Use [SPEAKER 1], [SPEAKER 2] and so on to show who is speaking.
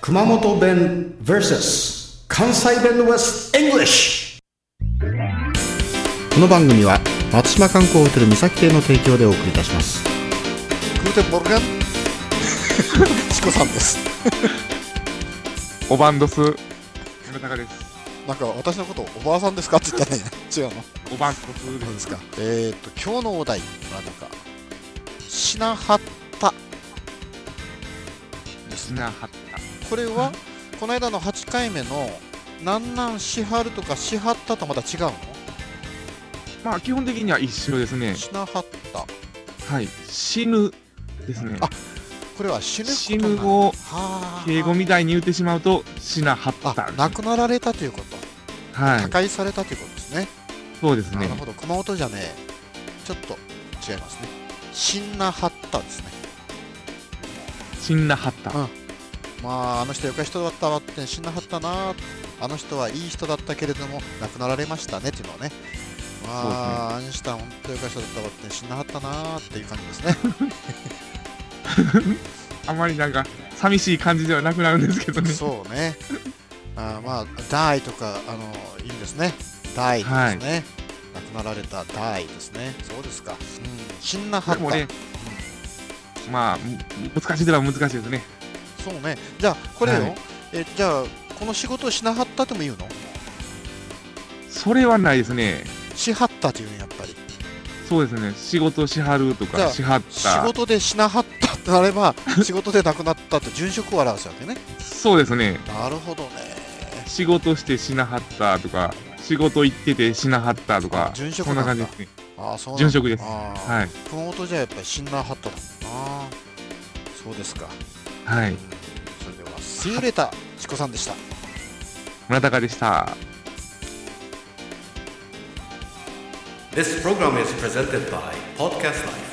[SPEAKER 1] 熊本弁 vs 関西弁 vs English この番組は松島観光ホテル三崎邸の提供でお送りいたします
[SPEAKER 2] グーテンボルゲンチコさんです
[SPEAKER 3] おバンドス村中です。
[SPEAKER 2] なんか私のことおばあさんですかって言ったね違うの
[SPEAKER 3] おバンドスで
[SPEAKER 2] 何
[SPEAKER 3] す。
[SPEAKER 2] ですかえー、っと今日のお題はなんかしなはったですね
[SPEAKER 3] なはった。
[SPEAKER 2] これはこの間の8回目のなんなんしはるとかしはったとまた違うの
[SPEAKER 3] まあ基本的には一緒ですね。
[SPEAKER 2] しなはった
[SPEAKER 3] はい。死ぬですね。
[SPEAKER 2] あこれは死ぬこと
[SPEAKER 3] 死
[SPEAKER 2] なん
[SPEAKER 3] ぬ
[SPEAKER 2] だ
[SPEAKER 3] を
[SPEAKER 2] はあ
[SPEAKER 3] 敬語みたいに言ってしまうと死なはった。
[SPEAKER 2] あ亡くなられたということ、
[SPEAKER 3] は
[SPEAKER 2] 破
[SPEAKER 3] い。
[SPEAKER 2] 壊されたということですね
[SPEAKER 3] そうです
[SPEAKER 2] な
[SPEAKER 3] ね
[SPEAKER 2] る。ほど、熊本じゃねえ、ちょっと違いますね。死んなはったですね。
[SPEAKER 3] 死なはった。
[SPEAKER 2] うんまあ、あの人よか人だったわって、死んなはったなあの人はいい人だったけれども、亡くなられましたねっていうのはね。まあ、アインシュタイン、本当よか人だったわって、死んなはったなっていう感じですね。
[SPEAKER 3] あまりなんか寂しい感じではなくなるんですけどね。
[SPEAKER 2] そうね。あーまあ、ダイとか、あの、いいですね。ダイですね。
[SPEAKER 3] はい
[SPEAKER 2] 亡くなられたダイですね。そうですか。うん、死んなはっ
[SPEAKER 3] で
[SPEAKER 2] た。
[SPEAKER 3] もね
[SPEAKER 2] うん
[SPEAKER 3] まあむ難しいでは難しいですね。
[SPEAKER 2] そうね。じゃあ、これよ。
[SPEAKER 3] はい
[SPEAKER 2] え、じゃあ、この仕事をしなはったとも言うの
[SPEAKER 3] それはないですね。
[SPEAKER 2] しはったというね、やっぱり。
[SPEAKER 3] そうですね。仕事しはると
[SPEAKER 2] じゃ
[SPEAKER 3] か
[SPEAKER 2] あ
[SPEAKER 3] しはった。
[SPEAKER 2] 仕事でしなはったとなれ ば、仕事でなくなったと、殉職を表すわけね。
[SPEAKER 3] そうですね。
[SPEAKER 2] なるほどね。
[SPEAKER 3] 仕事してしなはったとか、仕事行っててしなはったとか、
[SPEAKER 2] 殉職
[SPEAKER 3] そん
[SPEAKER 2] な
[SPEAKER 3] なん
[SPEAKER 2] だ
[SPEAKER 3] 感じですね。
[SPEAKER 2] ああ、そうなんだ
[SPEAKER 3] 殉職です。
[SPEAKER 2] ああ、
[SPEAKER 3] はい。
[SPEAKER 2] 熊本じゃやっぱりしなはっただもんな。そうですか。
[SPEAKER 3] はい。
[SPEAKER 2] それでは、スーレタ、チコさんでした。
[SPEAKER 3] 村高でした。
[SPEAKER 4] This program is presented by Podcast Life.